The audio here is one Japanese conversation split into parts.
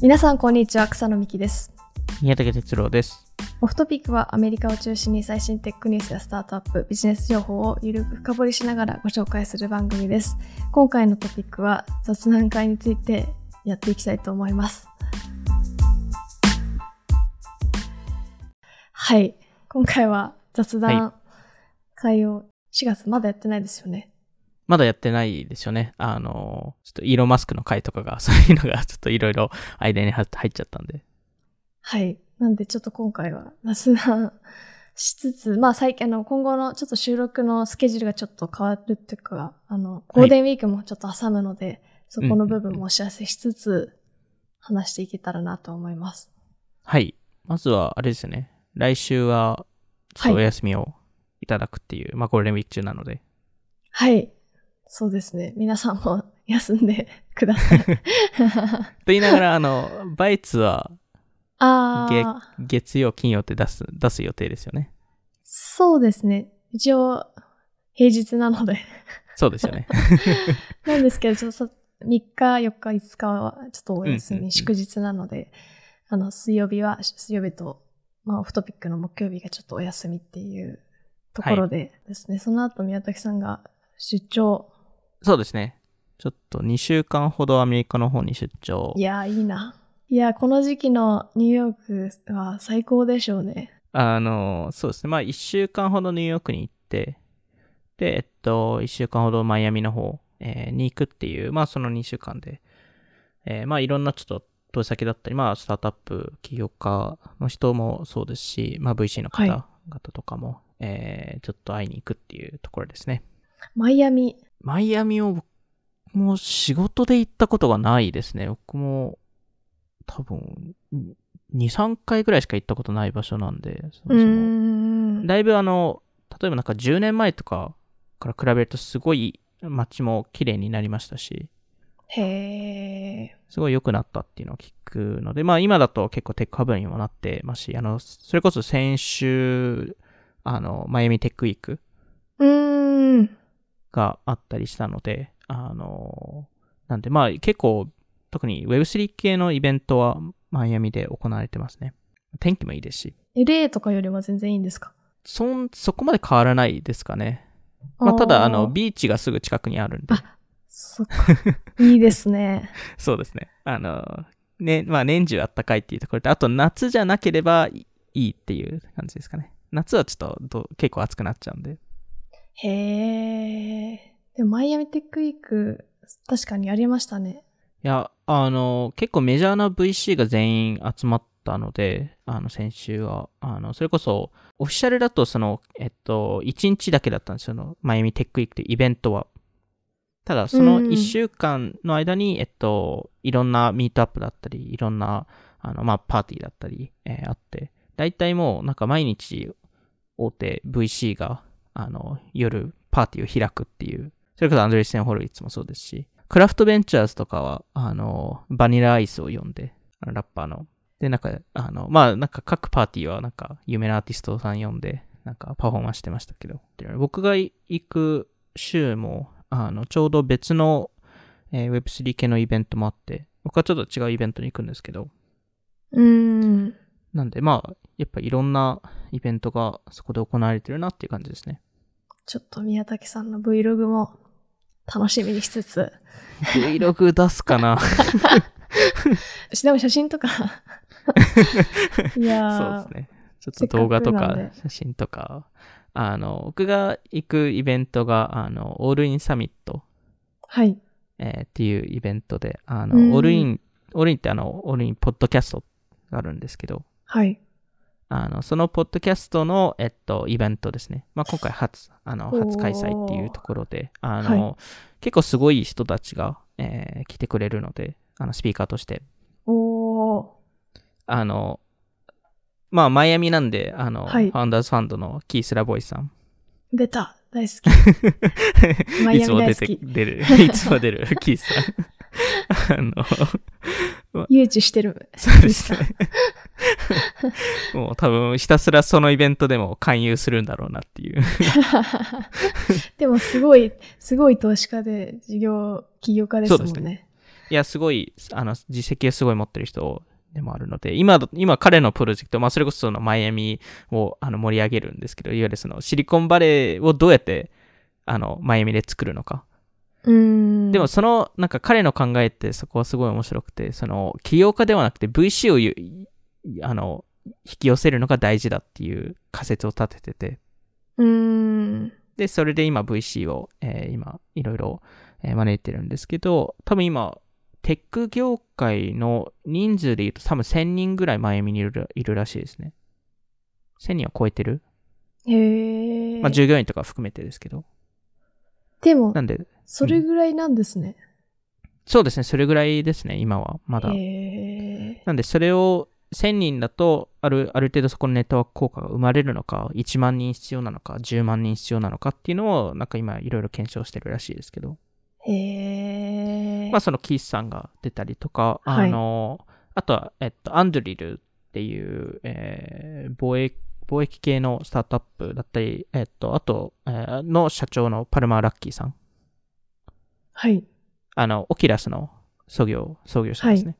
皆さんこんにちは草野美希です宮武哲郎です。オフトピックはアメリカを中心に最新テックニュースやスタートアップビジネス情報をゆるく深掘りしながらご紹介する番組です今回のトピックは雑談会についてやっていきたいと思いますはい今回は雑談会を4月まだやってないですよねまだやってないですよね。あの、ちょっとイーロンマスクの回とかが、そう いうのがちょっといろいろ間に入っちゃったんで。はい。なんでちょっと今回は雑談 しつつ、まあ最近あの今後のちょっと収録のスケジュールがちょっと変わるっていうか、あの、ゴールデンウィークもちょっと挟むので、そこの部分もお知らせしつつ、話していけたらなと思います。はい。まずは、あれですよね。来週は、ちょっとお休みをいただくっていう、まあゴールデンウィーク中なので。はい。そうですね。皆さんも休んで ください。と言いながら、あの、バイツはあげあ、月曜、金曜って出す、出す予定ですよね。そうですね。一応、平日なので。そうですよね。なんですけど、ちょっとさ3日、4日、5日はちょっとお休うんうんうんみ、祝日なので、あの、水曜日は、水曜日と、まあ、オフトピックの木曜日がちょっとお休みっていうところでですね、その後宮崎さんが出張、そうですね。ちょっと2週間ほどアメリカの方に出張い。やー、いいな。いやー、この時期のニューヨークは最高でしょうね。あの、そうですね。まあ、1週間ほどニューヨークに行って、で、えっと、1週間ほどマイアミの方、えーに行くっていう、まあ、その2週間で、えーまあ、いろんなちょっと投資先だったり、まあ、スタートアップ、起業家の人もそうですし、まあ、VC の方はい々とかも、えーちょっと会いに行くっていうところですね。マイアミ、マイアミを僕も仕事で行ったことがないですね。僕も多分2、3回ぐらいしか行ったことない場所なんで、そもうそーもん。だいぶあの、例えばなんか10年前とかから比べるとすごい街も綺麗になりましたし、へー。すごい良くなったっていうのを聞くので、まあ今だと結構テックハブにもなってますし、あの、それこそ先週、あの、マイアミテックウィークうーん。があったりしたので、あの、なんでまあ結構、特に Web3 系のイベントはマイアミで行われてますね。天気もいいですし、 LA とかよりも全然いいんですかそん、そこまで変わらないですかね。まあただ、あの、ビーチがすぐ近くにあるんで。そっか。いいです ね。そうですね。あの、ね、まあ年中あったかいっていうところで、あと夏じゃなければいいっていう感じですかね。夏はちょっとど結構暑くなっちゃうんで。へえ。でも、マイアミテックウィーク、確かにありましたね。いや、あの、結構メジャーな VC が全員集まったので、あの、先週は、あの、それこそ、オフィシャルだと、その、えっと、1日だけだったんですよ、あのマイアミテックウィークというイベントは。ただ、そのうん1週間の間に、えっと、いろんなミートアップだったり、いろんな、あの、まあ、パーティーだったり、えーあって、大体もう、なんか毎日、大手 VC が、あの、夜、パーティーを開くっていう、それこそアンドレス・セン・ホルイッツもそうですし、クラフトベンチャーズとかは、あの、バニラアイスを呼んで、あのラッパーの。で、なんか、あの、まあ、なんか各パーティーは、なんか、有名なアーティストさん呼んで、なんかパフォーマンスしてましたけど、僕が行く週も、あの、ちょうど別の、えー Web3 系のイベントもあって、僕はちょっと違うイベントに行くんですけど、うーん。なんで、まあ、やっぱいろんなイベントがそこで行われてるなっていう感じですね。ちょっと宮崎さんの Vlog も楽しみにしつつ。 Vlog 出すかなしでも写真と か。いやそうーですね。ちょせっかくっと動画となんかで写真とか、あの、僕が行くイベントが、あの、オールインサミット、はい。えーっていうイベントで、あうんの、オールイン、オールインってあの、オールインポッドキャストがあるんですけど、はい。あの、そのポッドキャストの、えっと、イベントですね。まあ、今回初、あの、おー初開催っていうところで、あの、は結構すごい人たちが、えー来てくれるので、あの、スピーカーとして。おー。あの、まあ、マイアミなんで、あの、はいファウンダーズファンドのキースラボイさん。出た。大好き。 マイいアつミも大出好て、き。出る。 いつも出る、 キースさん。あの、誘致してる。そうです ね。もう多分、ひたすらそのイベントでも勧誘するんだろうなっていう。でもすごい、すごい投資家で、事業、起業家ですもんそうですね。いや、すごい、あの、実績をすごい持ってる人でもあるので、今だ、今彼のプロジェクト、まあ、それこそそのマイアミをあの盛り上げるんですけど、いわゆるそのシリコンバレーをどうやって、あの、マイアミで作るのか。うん。でも、その、なんか彼の考えってそこはすごい面白くて、その、起業家ではなくて VC をゆ、あの、引き寄せるのが大事だっていう仮説を立ててて、うん。で、それで今 VC を、えー今、いろいろ、えー招いてるんですけど、多分今、テック業界の人数で言うと多分1000人ぐらいマイアミにいるいるらしいですね。1000人は超えてる、へえ。まあ、従業員とか含めてですけど。でもな、んで、それぐらいなんですね。そうですね、それぐらいですね、今は、まだ。へえ。なんで、それを1000人だと、ある、ある程度そこのネットワーク効果が生まれるのか、1万人必要なのか、10万人必要なのかっていうのを、なんか今、いろいろ検証してるらしいですけど。へえ。まあ、そのキースさんが出たりとか、はあいの、あとは、えっと、アンドリルっていう、えー貿易、貿易系のスタートアップだったり、えっと、あと、えーの社長のパルマー・ラッキーさん。はい。あの、オキラスの創業、創業者ですね。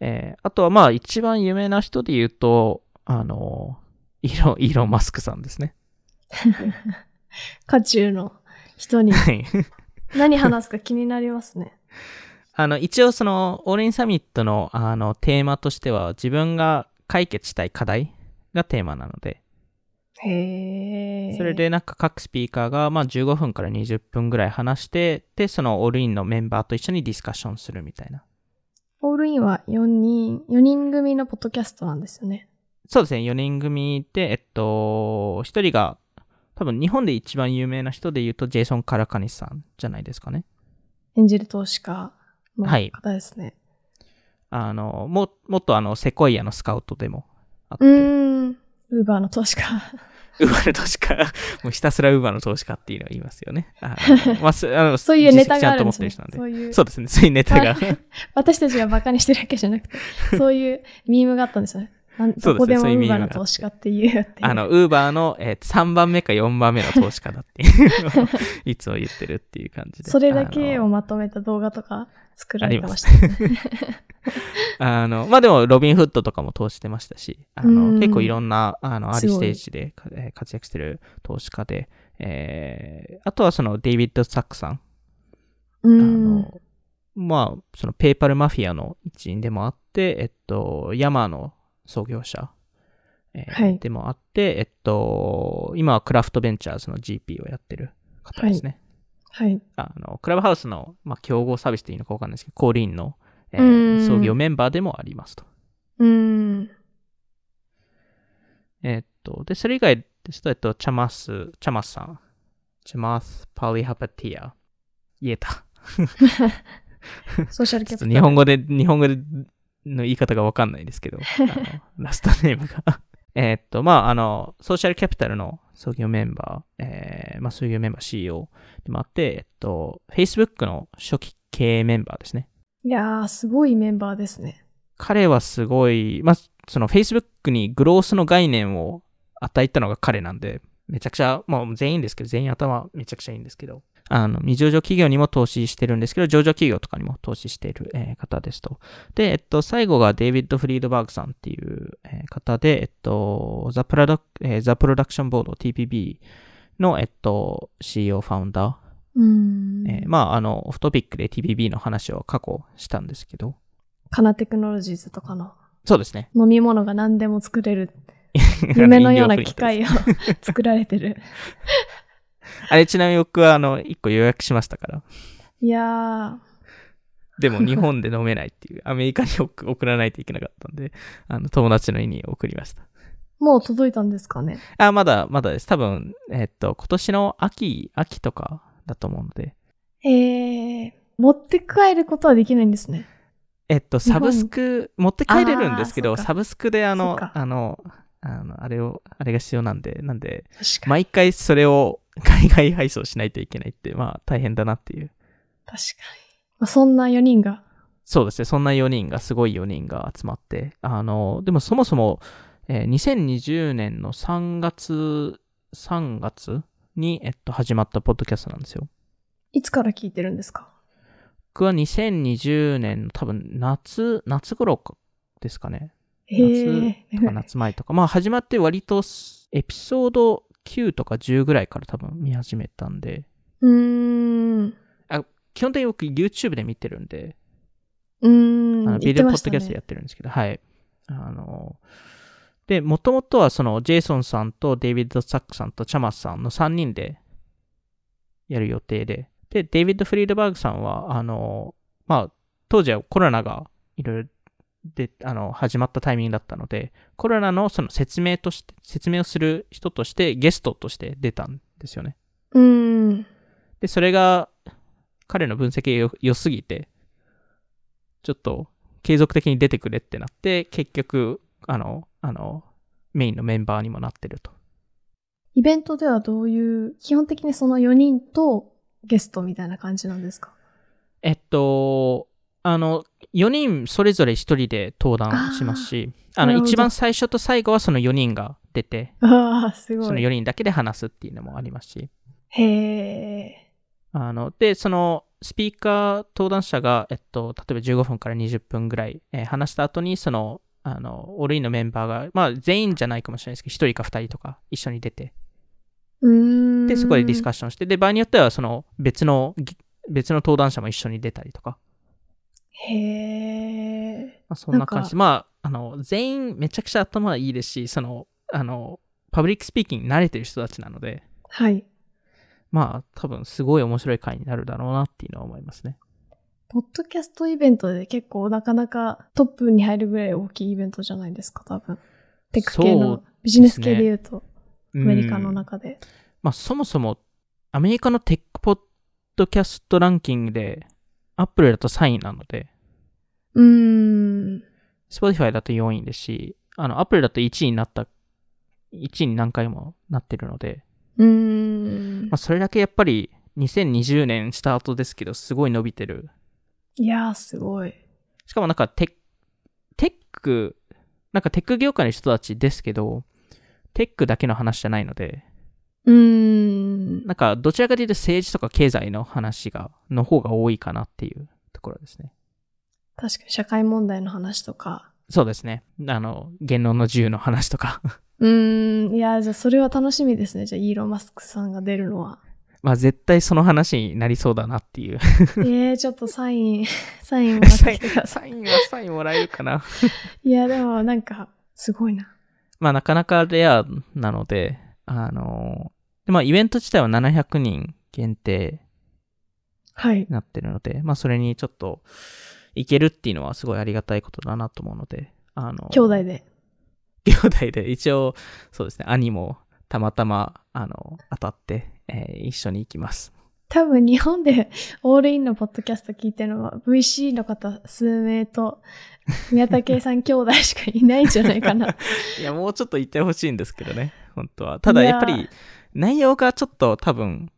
えーあとは、まあ、一番有名な人で言うと、あの、イーロン、イーロン・マスクさんですね。渦中の人 にはい。何話すか気になりますね。あの、一応その、オールインサミットの、あの、テーマとしては、自分が解決したい課題がテーマなので、へえ。それ。でなんか各スピーカーが、まあ15分から20分ぐらい話して、で、そのオールインのメンバーと一緒にディスカッションするみたいな。オールインは4人、4人組のポッドキャストなんですよね。そうですね、4人組で、えっと、1人が、多分日本で一番有名な人で言うと、ジェイソン・カラカニスさんじゃないですかね。演じる投資家のはい方ですね。あの、も、もっとあの、セコイアのスカウトでもあって、うーん。ウーバーの投資家。 ウーバーの投資家、 もうひたすらウーバーの投資家っていうのを言いますよね。あ のまあすあのそういうネタがあるんで実績すちゃねんと持ってる人そうなん。で。いうそうですね、そういうネタ が。私たちがバカにしてるわけじゃなくて、そういうミームがあったんですよね。なんそうですねどこでもそうウいうミーームバーがあっての投資家っていうやっていうあの、ウーバーの、えー3番目か4番目の投資家だっていうのを いつも言ってるっていう感じで。それだけあをのまとめた動画とか作られてました。あの、まあ、でも、ロビンフッドとかも投資してましたし、あうの、ん結構いろんな、あの、アーすリースごいテージでかえー活躍してる投資家で、えーあとはその、デイビッド・サックさん。うあん。の、まあ、その、ペーパルマフィアの一員でもあって、えっと、ヤマーの創業者、えーはいでもあって、えっと、今はクラフトベンチャーズの GP をやってる方ですね。はい。あの、クラブハウスの、まあ、競合サービスでいいのかわかんないですけど、コーリンの、えーうん創業メンバーでもありますと。 うん。えーっと、で、それ以外ですと、えっと、チャマス、チャマスさん。チャマス・パリハパティア。言えた。ソーシャルちキャプタょっとル。日本語で、日本語での言い方がわかんないですけど、あのラストネームが。 えーっと、まあ、あの、ソーシャルキャピタルの創業メンバー、えーまあ、創業メンバー CEO でもあって、えっと、Facebook の初期経営メンバーですね。いやー、すごいメンバーですね。彼はすごい、まあ、その Facebook にグロースの概念を与えたのが彼なんで、めちゃくちゃ、まあ全員ですけど、全員頭めちゃくちゃいいんですけど、あの、未上場企業にも投資してるんですけど、上場企業とかにも投資している、えー方ですと。で、えっと、最後がデイビッド・フリードバーグさんっていう、えー方で、えっと、ザ・プロダク、えー、ザ・プロダクションボード TPB の、えっと、CEO ファウンダー。うん。えーまあ、あの、オフトピックで TPB の話を過去したんですけど、カナテクノロジーズとかのそうですね。飲み物が何でも作れ る夢のような機会械を 作られてる。あれ、ちなみに僕は、あの、1個予約しましたから。いやでも、日本で飲めないっていう、 アメリカに送送らないといけなかったんで、あの、友達の家に送りました。ー、もう届いたんですかね。あ、まだ、まだです。多分、えっと、今年の秋、秋とかだと思うので、えー、持って帰ることはできないんですね。えっと、日サ本ブにスク、持って帰れるんですけあど、ーそっかサブスクで、あそのっか、あの、あの、あれを、あれが必要なんで、なんで、確かに。毎回それを 海外配送しないといけないって、まあ、大変だなっていう。確かに。まあ、そんな4人が。そうですね、そんな4人が、すごい4人が集まって、あの、でもそもそも、えー2020年の3月、3月に、えっと、始まったポッドキャストなんですよ。いつから聞いてるんですか僕は2020年の多分夏、夏頃かですかね。へえ。とか夏前とか。まあ始まって割とすエピソード9とか10ぐらいから多分見始めたんで、うーん。う基本的に僕 YouTube で見てるんで、ーあん。の言っビデてオポまッしドたキャストね。やってるんですけど、はい。あの、で、もともとはそのジェイソンさんとデイビッド・サックさんとチャマスさんの3人でやる予定で、で、デイビッド・フリードバーグさんは、あの、まあ、当時はコロナがいろいろで、あの、始まったタイミングだったので、コロナのその説明として、説明をする人としてゲストとして出たんですよね。うーん。で、それが、彼の分析がよ良すぎて、ちょっと継続的に出てくれってなって、結局、あの、あの、メインのメンバーにもなってると。イベントではどういう、基本的にその4人とゲストみたいな感じなんですかえっと、あの、4人それぞれ1人で登壇しますし、あーあの、なるほど一番最初と最後はその4人が出て、ああ、すごそのい。 4人だけで話すっていうのもありますし、へえ。あの、で、その、スピーカー登壇者が、えっと、例えば15分から20分ぐらい、えー話した後に、その、あの、オールインのメンバーが、まあ、全員じゃないかもしれないですけど、1人か2人とか一緒に出て、うーん。で、そこでディスカッッションして、で、場合によっては、その、別の、ぎ別の登壇者も一緒に出たりとか、ション。へえ。まあ、そんな感じでまあ、あの、全員めちゃくちゃ頭いいですし、その、あの、パブリックスピーキングに慣れてる人たちなので、はい。まあ、多分、すごい面白い回になるだろうなっていうのは思いますね。ポッドキャストイベントで結構なかなかトップに入るぐらい大きいイベントじゃないですか、多分。テク系そうのですビジネス系で言うと、アアメリカの中で。まあ、そもそも、アメリカのテックポッドキャストランキングで、アップルだと3位なので、うーん。 Spotify だと4位ですし、あの、アップルだと1位になった、1位に何回もなってるので、うーんまあ、。それだけやっぱり、2020年スタートですけど、すごい伸びてる。いやー、すごい。しかもなんか、テック、テック、なんかテック業界の人たちですけど、テックだけの話じゃないので、うーん。なんか、どちらかというと政治とか経済の話が、の方が多いかなっていうところですね。確かに社会問題の話とか。そうですね。あの、言論の自由の話とか。 うーん。いやー、じゃあそれは楽しみですね。じゃあ、イーロン・マスクさんが出るのは。まあ絶対その話になりそうだなっていう。えー、ちょっとサイン、 サインもらってきてください。サインはサインもらえるかな。いや、でもなんか、すごいな。 まあなかなかレアなので、あの、でまあイベント自体は700人限定はいに。なってるので、まあそれにちょっと行けるっていうのはすごいありがたいことだなと思うので、あの、兄弟で。兄弟で一応、そうですね、兄もたまたま、あの、当たって、えー一緒に行きます。多分日本で オールインのポッドキャスト聞いてるのは VC の方数名と宮田圭さん兄弟しかいないんじゃないかな。いや、もうちょっと言ってほしいんですけどね、本当は。ただ、やっぱいやり、内容がちょっと多分、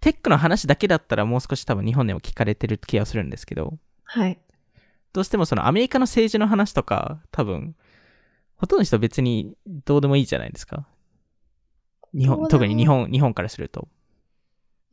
テックの話だけだったらもう少し多分日本でも聞かれてる気がするんですけど、はい。どうしてもそのアメリカの政治の話とか、多分、ほとんどの人は別にどうでもいいじゃないですか。日ど本、うでも特に日本、日本からすると。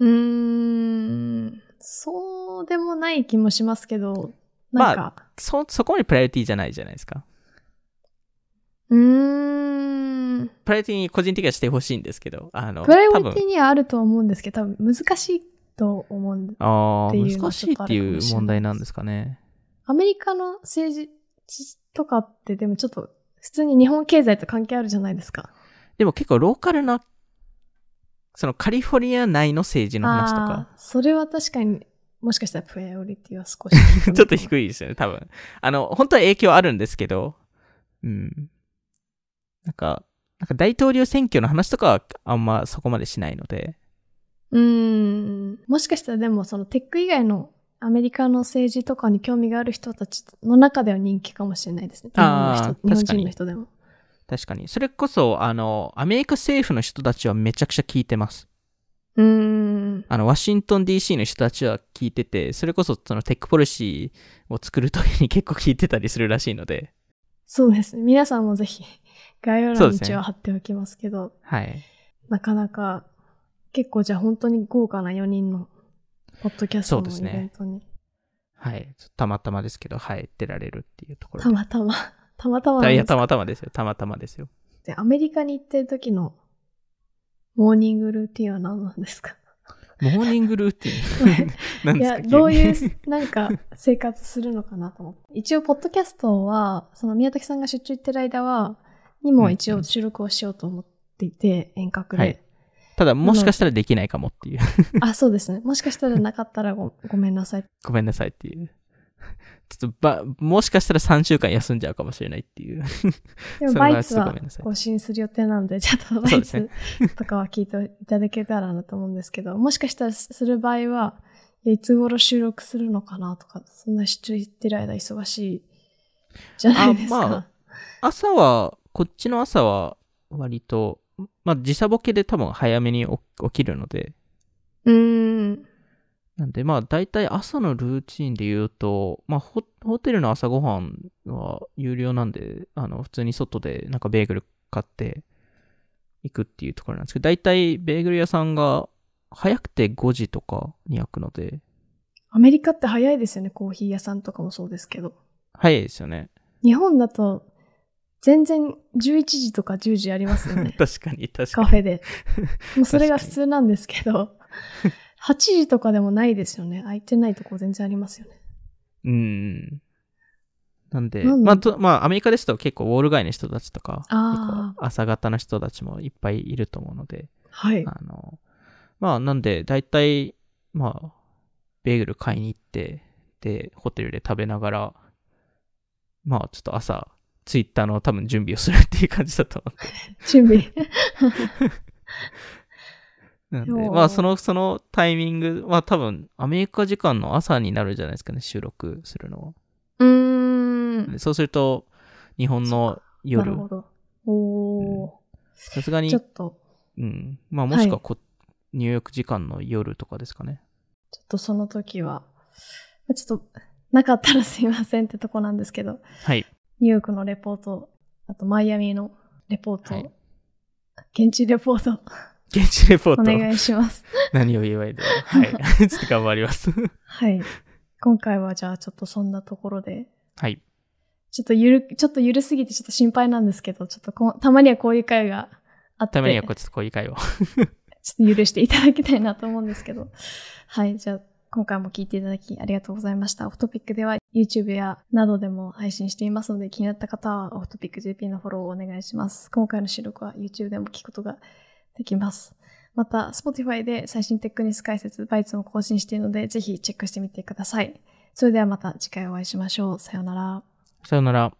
うーん、そうでもない気もしますけど、なんか、そ、そこまでプライオリティじゃないじゃないですか。うーん、プライオリティに個人的にはしてほしいんですけど、あの、プライオ多リ分ティにはあるとは思うんですけど、多分難しいと思うんで、ああ、っていうの難はしいっていう問題なんですかね。アメリカの政治とかってでもちょっと普通に日本経済と関係あるじゃないですか。でも結構ローカルな、そのカリフォルニア内の政治の話とかあ、ーそれは確かにもしかしたらプライオリティは少しちょっとい低いですよね、多分。あの、本当は影響あるんですけど、うん。なんか、なんか大統領選挙の話とかはあんまそこまでしないので、うーん。もしかしたらでもそのテック以外のアメリカの政治とかに興味がある人たちの中では人気かもしれないですね。日本のあ人日本ー確かに人の人でも。確かに。それこそ、あの、アメリカ政府の人たちはめちゃくちゃ聞いてます。うーん。あの、ワシントン DC の人たちは聞いてて、それこそそのテックポリシーを作るときに結構聞いてたりするらしいので、そうですね。皆さんもぜひ概要そう欄にですね一応貼っておきますけど、はい。なかなか結構じゃあ本当に豪華な4人のポッドキャストそうでのすイねベントにはい。ちょっとたまたまですけど、はい、出られるっていうところたで。またま。 たまたまなんいでや、すかたまたまですよ。たまたまですよ。でアメリカに行ってる時のモーニングルーティンは何なんですかモーニングルーティ ンなんいですかや、どうい急にう、なんか、生活するのかなと思って。一応、ポッドキャストは、その宮崎さんが出張行ってる間は、にも一応収録をしようと思っていて、遠隔で。はい ただ、もしかしたらできないかもっていう。あ、そうですね。もしかしたらなかったらごごめんなさい。ごめんなさいっていう。 ちょっとば、もしかしたら3週間休んじゃうかもしれないって いでう。も、それはバイツちょっとごはめんなさい更新する予定なんで、 ちょっとバそうイですツねとかは聞いていただけたらなと思うんですけど、もしかしたらする場合は、いやいつ頃収録するのかなとか、そんな出張行ってる間忙しいじゃないですか。あまあ朝は、こっちの朝は、割と、まあ、時差ボケで多分早めに起起きるので、うーん。なんで、まあ、大体朝のルーチンで言うと、まあホ、ホテルの朝ごはんは有料なんで、あの、普通に外でなんかベーグル買って行くっていうところなんですけど、大体ベーグル屋さんが早くて5時とかに開くので、アメリカって早いですよね、コーヒー屋さんとかもそうですけど。早いですよね。日本だと、全然11時とか10時ありますよね。 確かに、確かカフェに。で。もうそれが普通なんですけど、8時とかでもないですよね。空いてないとこ全然ありますよね。うん。なんで、なんだまあ、とまあ、アメリカですと結構ウォール街の人たちとか、あー結構朝方の人たちもいっぱいいると思うので、はい。あの、まあ、なんで、大体、まあ、ベーグル買いに行って、で、ホテルで食べながら、まあ、ちょっと朝、ツイッターの多分準備をするっていう感じだと思準備。 う。なんで、おーまあ、その、そのタイミングは多分、アメリカ時間の朝になるんじゃないですかね、収録するの うーは。ん。でそうすると、日本のな夜る、ほど。おー。さすがにちょ、っと、うん。まあ、もしくはこ、ニューヨーク時間の夜とかですかね。ちょっとその時は、ちょっと、なかったらすいませんってとこなんですけど、はい。ニューヨークのレポート、あとマイアミのレポート、はい現地レポート現地レポート。お願いします。何を言われても。はい。ち ょっと頑張ります。はい。今回はじゃあちょっとそんなところで、はい。ちょっとゆる、ちょっとゆるすぎてちょっと心配なんですけど、ちょっとこうたまにはこういう会があって、ためにはちょこっちとこういう会を。っと許していただきたいなと思うんですけど、はい。じゃあ今回も聞いていただきありがとうございました。オフトピックでは YouTube やなどでも配信していますので、気になった方はオフトピック JP のフォローをお願いします。今回の収録は YouTube でも聞くことができます。また、Spotify で最新テックニュース解説、バイツも更新しているので、ぜひチェックしてみてください。それではまた次回お会いしましょう。さようなら。さよなら。